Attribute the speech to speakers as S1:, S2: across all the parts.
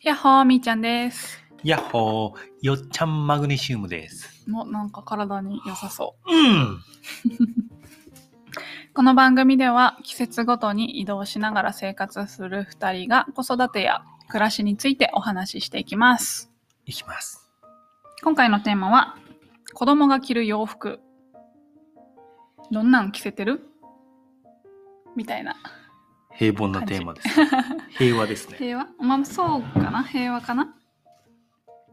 S1: やっほーみーちゃんです。
S2: やっほー、よっちゃんマグネシウムです。
S1: もなんか体に良さそ
S2: うん。
S1: う。この番組では季節ごとに移動しながら生活する2人が子育てや暮らしについてお話ししていきます。
S2: いきます。
S1: 今回のテーマは子供が着る洋服。どんなん着せてるみたいな。
S2: 平凡なテー マです。平和ですね。
S1: 平和まあそうかな平和かな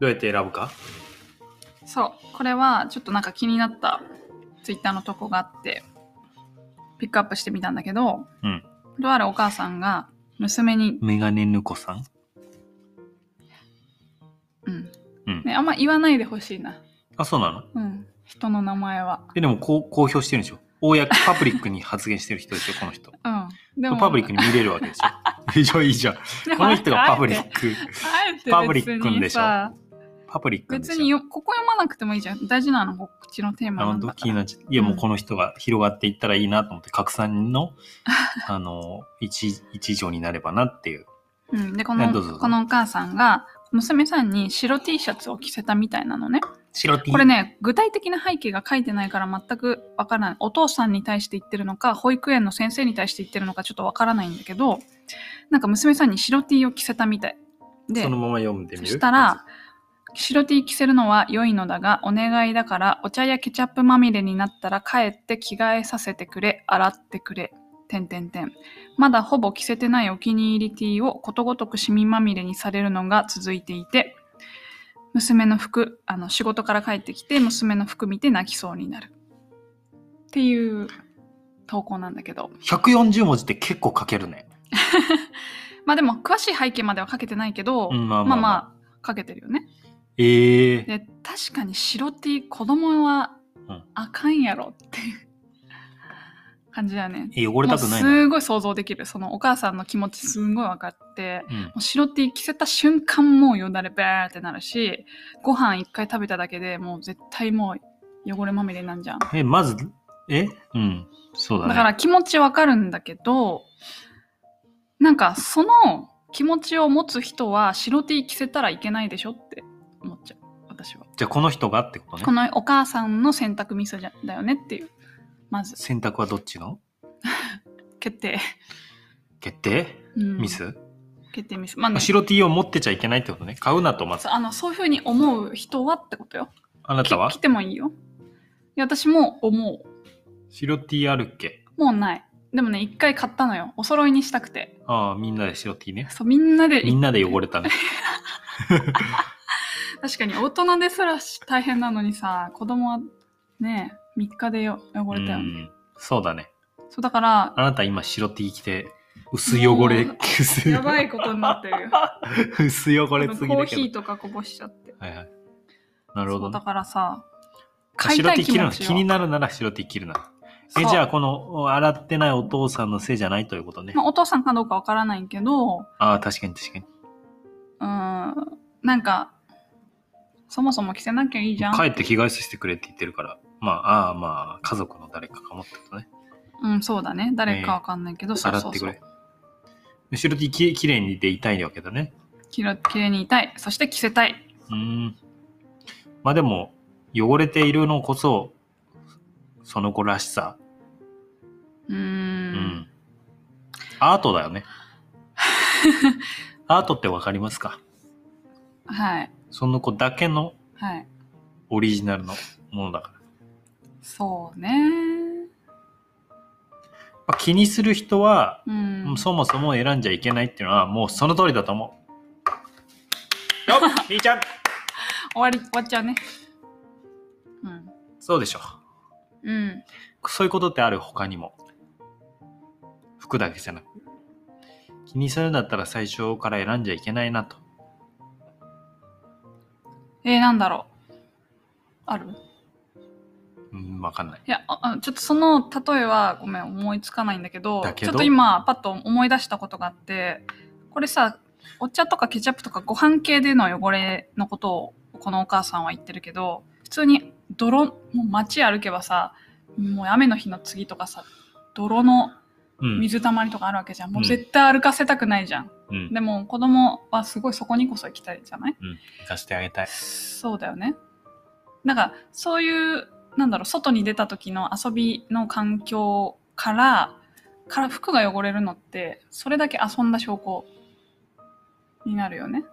S2: どうやって選ぶか
S1: そう。これはちょっとなんか気になったツイッターのとこがあってピックアップしてみたんだけど、
S2: うん。
S1: とあるお母さんが娘に、
S2: メガネヌコさん
S1: うん
S2: うん。
S1: ね、あんま言わないでほしいな、
S2: あ、そうなの
S1: うん、人の名前は、
S2: え、でもこう公表してるんでしょ公、パブリックに発言してる人でしょこの人。
S1: うん、で
S2: パブリックに見れるわ けでしょいいじゃん、いいじゃん。この人がパブリック。
S1: パ
S2: パ
S1: ブ
S2: ブ
S1: リ
S2: リ
S1: ッ
S2: ッ
S1: ク
S2: ク
S1: に
S2: ん
S1: で
S2: で
S1: し
S2: し
S1: ょ
S2: ょパブリックでしょ
S1: 別によここ読まなくてもいいじゃん大事なのこっちのテーマ
S2: あ
S1: なん
S2: 本
S1: だか
S2: 当気
S1: ら
S2: になっちゃったいや、もううんこの人が広がっていったらいいなと思って、拡散の、あの、一、一条になればなっていう。
S1: うん、でこ
S2: ねどうぞどう
S1: の
S2: ぞ
S1: このお母さんが娘さんに白 T シャツを着せたみたいなのね
S2: 白 T。
S1: これね具体的な背景が書いてないから全くわからないお父さんに対して言ってるのか保育園の先生に対して言ってるのかちょっとわからないんだけどなんか娘さんに白 T を着せたみたいで
S2: そのまま読んでみ
S1: そ
S2: る
S1: したら、白 T 着せるのは良いのだが、お願いだから、お茶やケチャップまみれになったら帰って着替えさせてくれ、洗ってくれ。てんてんてん。まだほぼ着せてないお気に入り T をことごとくシミまみれにされるのが続いていて、娘の服、あの、仕事から帰ってきて、娘の服見て泣きそうになる。っていう投稿なんだけど。
S2: 140文字って結構書けるね。
S1: まあでも、詳しい背景までは書けてないけど、
S2: うんま
S1: まあ
S2: あまあまあ
S1: まあ、書けてるよね。
S2: ええ
S1: で確かに白 T 子供は
S2: うん
S1: あかんやろっていう感じだよね。
S2: え汚れたくない
S1: もう
S2: な。
S1: すごい想像できるそのお母さんの気持ちすんごい分かって
S2: うん
S1: もう白 T 着せた瞬間もうよだれべーってなるしご飯一回食べただけでもう絶対もう汚れまみれなんじゃん。だ
S2: え、まず、えうん。そうだね。
S1: から気持ち分かるんだけどなんかその気持ちを持つ人は白 T 着せたらいけないでしょって思っちゃう私は。
S2: じゃあこの人がってこと
S1: こ
S2: ね。
S1: のお母さんの選択ミスじゃだよねっていうまず
S2: 選択はどっちの
S1: 決定、
S2: 決定
S1: うん
S2: ミス、
S1: 決定ミスまあ、ね、
S2: 白 T を持ってちゃいけないってことね。買うなと、まず
S1: そ。うあのそういうふうに思う人はってことよ
S2: あなたは
S1: き来てもいいよいや私も思
S2: 白 T あるっけ
S1: うもうないでもね一回買ったのよお揃いにしたくて
S2: ああ、みんなで白 T ね。
S1: そうみんなで
S2: みんなで汚れたね。
S1: 確かに大人ですらし大変なのにさ子供はね3日でよ 汚れたよ
S2: う
S1: ね
S2: んそうだね。
S1: そうだ から
S2: あなた今白 T 着て、薄汚れ
S1: もう、
S2: 薄
S1: やばいことになってるよ
S2: 薄汚れすぎ
S1: コー
S2: だ
S1: ヒー
S2: け
S1: とかこぼしちゃって
S2: ど。はいはい。なるほ
S1: そ
S2: ど
S1: う
S2: ね
S1: だ。からさ買い
S2: 白
S1: た
S2: T
S1: い気
S2: 着
S1: 持
S2: るの
S1: ちを
S2: 気になるなら白 T 着るな。え、
S1: そう
S2: じゃあこのお洗ってないお父さんのせいじゃないということね
S1: ま。あ、お父さんかどうかわからないけど、う
S2: ああ、確かに確かに。
S1: ーん、なんか、そもそも着せなきゃいいじゃん。
S2: 帰って着替えさせてくれって言ってるから、まあ、ああまあ、家族の誰かかもってことね。
S1: うん、そうだね。誰かわかんないけど、そう
S2: 洗
S1: そ
S2: っ
S1: う
S2: てく
S1: そ
S2: れ
S1: う。。
S2: 白 T ききれいにでいたいわけだね。
S1: きれきれいにいたい。そして着せたい。
S2: うーん。まあでも、汚れているのこそ、その子らしさ。
S1: うー,、
S2: うんん。アートだよ ね。アートってわかりますか
S1: はい。
S2: その子だけの
S1: はい。
S2: オリジナルのものだから。
S1: そうね。
S2: まあ、気にする人は、
S1: うん。
S2: そもそも選んじゃいけないっていうのはもうその通りだと思う。よっみーちゃん
S1: 終わり、終わっちゃうね。うん。
S2: そうでしょ。
S1: うん。
S2: そういうことってある他にも。服だけじゃなく。気にするんだったら最初から選んじゃいけないなと。
S1: えー、なんだろう。ある
S2: うん、わかんない。
S1: いやああちょっとその例えはごめん思いつかないんだけど
S2: だけ
S1: ち
S2: ど
S1: ょっと今パッと思い出したことがあってこれさお茶とかケチャップとかご飯系での汚れのことをこのお母さんは言ってるけど普通に泥もう街歩けばさもう雨の日の次とかさ泥の
S2: うん。
S1: 水たまりとかあるわけじゃん、もううん絶対歩かせたくないじゃん、
S2: うん。
S1: でも子供はすごいそこにこそ行きたいじゃない
S2: 行かせてあげたい。
S1: そうだよね。なんかそういうなんだろう外に出た時の遊びの環境からから服が汚れるのってそれだけ遊んだ証拠になるよね。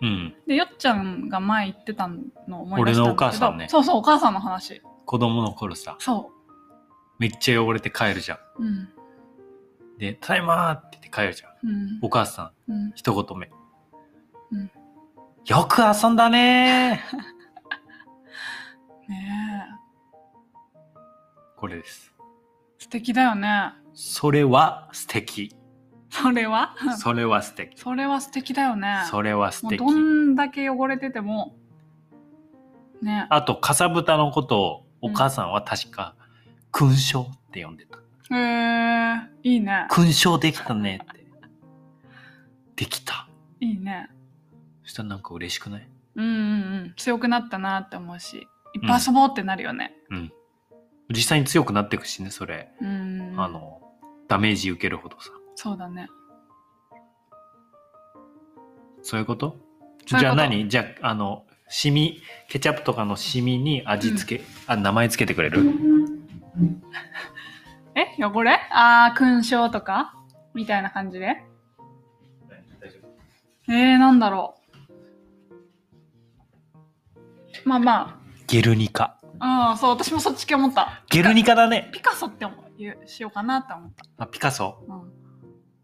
S2: うん。
S1: でよっちゃんが前言ってたのを思い出したんだけど
S2: 俺のお母さんね
S1: そうそうお母さんの話
S2: 子供の頃さ、
S1: そ
S2: めっちゃ汚れて帰るじゃ
S1: ううん
S2: ん。で、ただいまーって言って帰るじゃん。
S1: うん
S2: お母さん、
S1: うん
S2: 一言目。
S1: うん
S2: よく遊んだねー
S1: ね
S2: これです。
S1: え素敵だよね
S2: それは素敵。
S1: それは
S2: それは素敵。
S1: それは素敵だよね
S2: それは素
S1: もう
S2: 敵
S1: ど。んだけ汚れててもね
S2: あと、かさぶたのことをお母さんは確か、勲章って呼んでた。
S1: へえいいね
S2: 勲章できたねって。できた。
S1: いいね
S2: そしたらなんか嬉しくない
S1: うんうんうん強くなったなって思うしいっぱい遊ぼうってなるよね、
S2: うん。実際に強くなっていくしね、それ。
S1: うん、
S2: あの、ダメージ受けるほどさ。
S1: そうだね
S2: そういうこと
S1: そういうこと
S2: じゃあ何じゃあ、あの、シミ、ケチャップとかのシミに味付け、あ、名前付けてくれる
S1: え汚れああ勲章とかみたいな感じでえー、なんだろうまあま
S2: ゲルニカ。
S1: あうんそう私もそっち系思った
S2: ゲルニカだね。
S1: ピカソって思うしようかなって思っ
S2: あ、ピカソ。
S1: た、うん、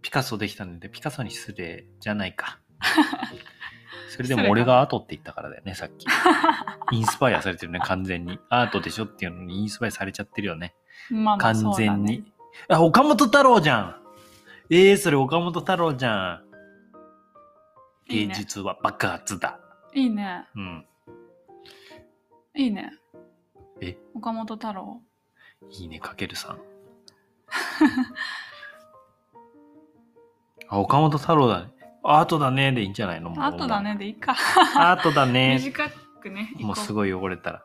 S2: ピカソできたので、ピカソに失礼じゃな いか。それで
S1: 失礼
S2: も
S1: か
S2: 俺がアートって言ったからだよね、さっき。インスパイアされてるね、完全に。アートでしょっていうのにインスパイアされちゃってるよね。
S1: まあまあ
S2: 完
S1: そうだ
S2: 全
S1: ね
S2: に。あ、岡本太郎じゃんええー、それ岡本太郎じゃん。
S1: いい
S2: 芸
S1: ね
S2: 術は爆発だ。
S1: いいね
S2: うん。
S1: いいね
S2: え
S1: 岡本太郎
S2: いいね、かけ るさん。あ、岡本太郎だね。アートだねでいいんじゃないのもう
S1: あとだねでいいか
S2: アート だね。
S1: 短くね
S2: もうす
S1: ごい
S2: ごい汚れたら。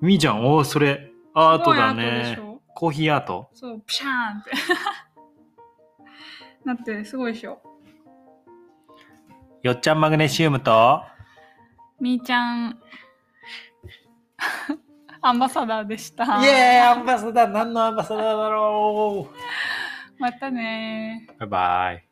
S2: みーちゃん、おお、それ、アートだ
S1: でし
S2: ね。
S1: ょ
S2: コーヒーアート
S1: そうピシャーンって なってすごいでしょ
S2: よっちゃんマグネシウムと、
S1: みーちゃん アンバサダーでした
S2: イエーイアンバサダー何のアンバサダーだろ
S1: またねー
S2: うバイバイ。